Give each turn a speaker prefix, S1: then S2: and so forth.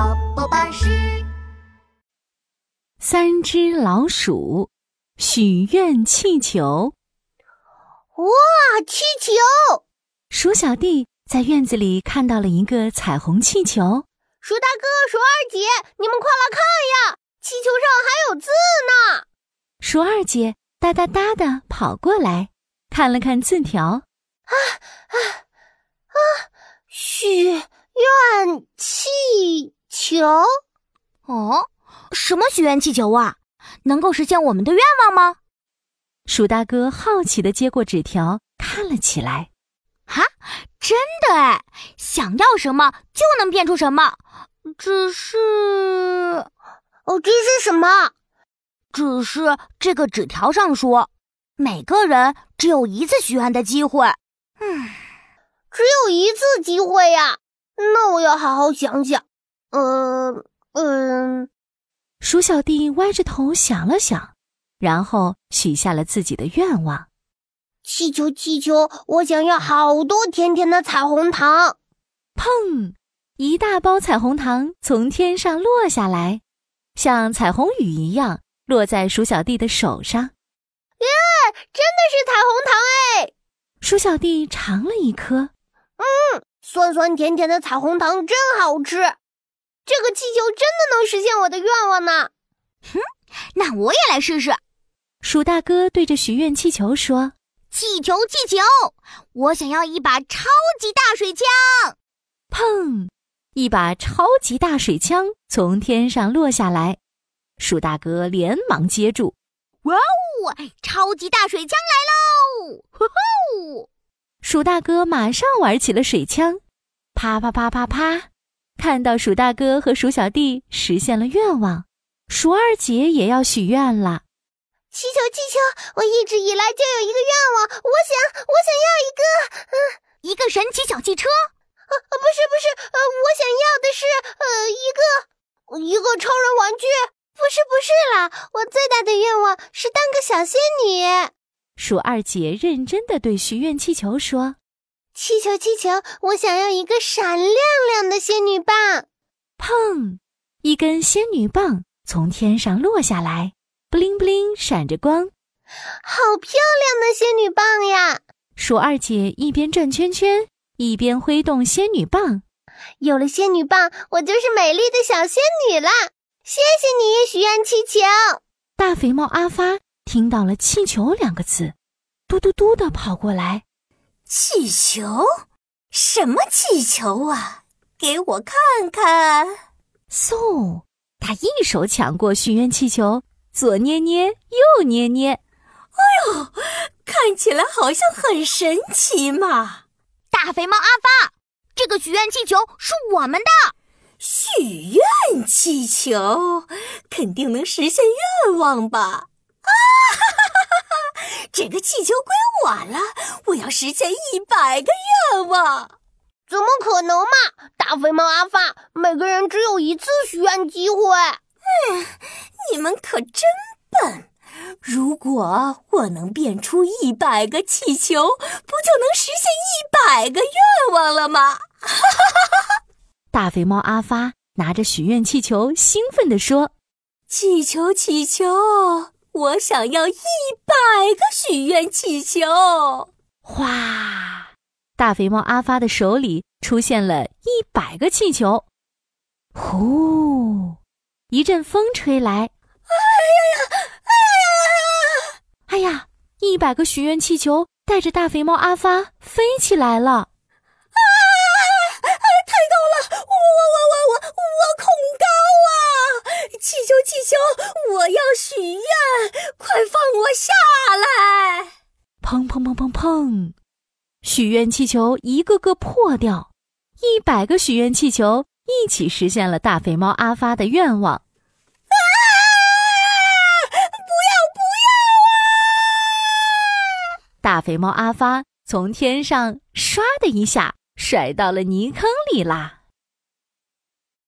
S1: 老师，
S2: 三只老鼠许愿气球。
S3: 哇，气球！
S2: 鼠小弟在院子里看到了一个彩虹气球。
S3: 鼠大哥、鼠二姐，你们快来看呀，气球上还有字呢！
S2: 鼠二姐哒哒哒的跑过来，看了看字条，
S3: 啊啊啊！许愿气球，
S1: 哦，什么许愿气球啊？能够实现我们的愿望吗？
S2: 鼠大哥好奇的接过纸条，看了起来。
S1: 啊，真的哎！想要什么就能变出什么，只是……
S3: 哦，这是什么？
S1: 只是这个纸条上说，每个人只有一次许愿的机会。嗯，
S3: 只有一次机会呀！那我要好好想想。嗯、呃、嗯、呃，
S2: 鼠小弟歪着头想了想，然后许下了自己的愿望。
S3: 气球，气球！我想要好多甜甜的彩虹糖。
S2: 砰！一大包彩虹糖从天上落下来，像彩虹雨一样落在鼠小弟的手上。
S3: 耶！真的是彩虹糖哎！
S2: 鼠小弟尝了一颗，
S3: 嗯，酸酸甜甜的彩虹糖真好吃。这个气球真的能实现我的愿望呢。
S1: 哼、嗯，那我也来试试。
S2: 鼠大哥对着许愿气球说。
S1: 气球，气球！我想要一把超级大水枪！
S2: 砰！一把超级大水枪从天上落下来，鼠大哥连忙接住。
S1: 哇哦！超级大水枪来喽！吼吼！
S2: 鼠大哥马上玩起了水枪，啪啪啪啪啪！看到鼠大哥和鼠小弟实现了愿望，鼠二姐也要许愿了。
S3: 气球，气球！我一直以来就有一个愿望，我想，我想要一个，嗯、呃，
S1: 一个神奇小汽车。
S3: 啊啊，不是不是，呃，我想要的是，呃，一个一个超人玩具。不是不是啦，我最大的愿望是当个小仙女。
S2: 鼠二姐认真的对许愿气球说：“
S3: 气球，气球！我想要一个闪亮亮的仙女棒。”
S2: 砰！一根仙女棒从天上落下来。布灵布灵，闪着光，
S3: 好漂亮的仙女棒呀！
S2: 鼠二姐一边转圈圈，一边挥动仙女棒。
S3: 有了仙女棒，我就是美丽的小仙女啦！谢谢你，许愿气球。
S2: 大肥猫阿发听到了“气球”两个字，嘟嘟嘟的跑过来。
S4: 气球？什么气球啊？给我看看！
S2: 嗖！他一手抢过许愿气球。左捏捏，右捏捏，
S4: 哎呦，看起来好像很神奇嘛！
S1: 大肥猫阿发，这个许愿气球是我们的
S4: 许愿气球，肯定能实现愿望吧？啊 哈哈哈！这个气球归我了，我要实现一百个愿望！
S3: 怎么可能嘛！大肥猫阿发，每个人只有一次许愿机会。
S4: 嗯，你们可真笨！如果我能变出一百个气球，不就能实现一百个愿望了吗？
S2: 大肥猫阿发拿着许愿气球，兴奋地说：“
S4: 气球，气球，我想要一百个许愿气球！”哎
S2: 哗！大肥猫阿发的手里出现了一百个气球，呼！一阵风吹来，
S4: 哎
S2: 呀呀！哎呀！哎呀！一百个许愿气球带着大肥猫阿发飞起来了！啊！
S4: 太高了！我我我我我我恐高啊！气球气球，我要许愿！快放我下来！
S2: 砰砰砰砰砰！许愿气球一个个破掉，一百个许愿气球。一起实现了大肥猫阿发的愿望。
S4: 啊！不要
S2: 不要啊！大肥猫阿发从天上唰的一下甩到了泥坑里啦。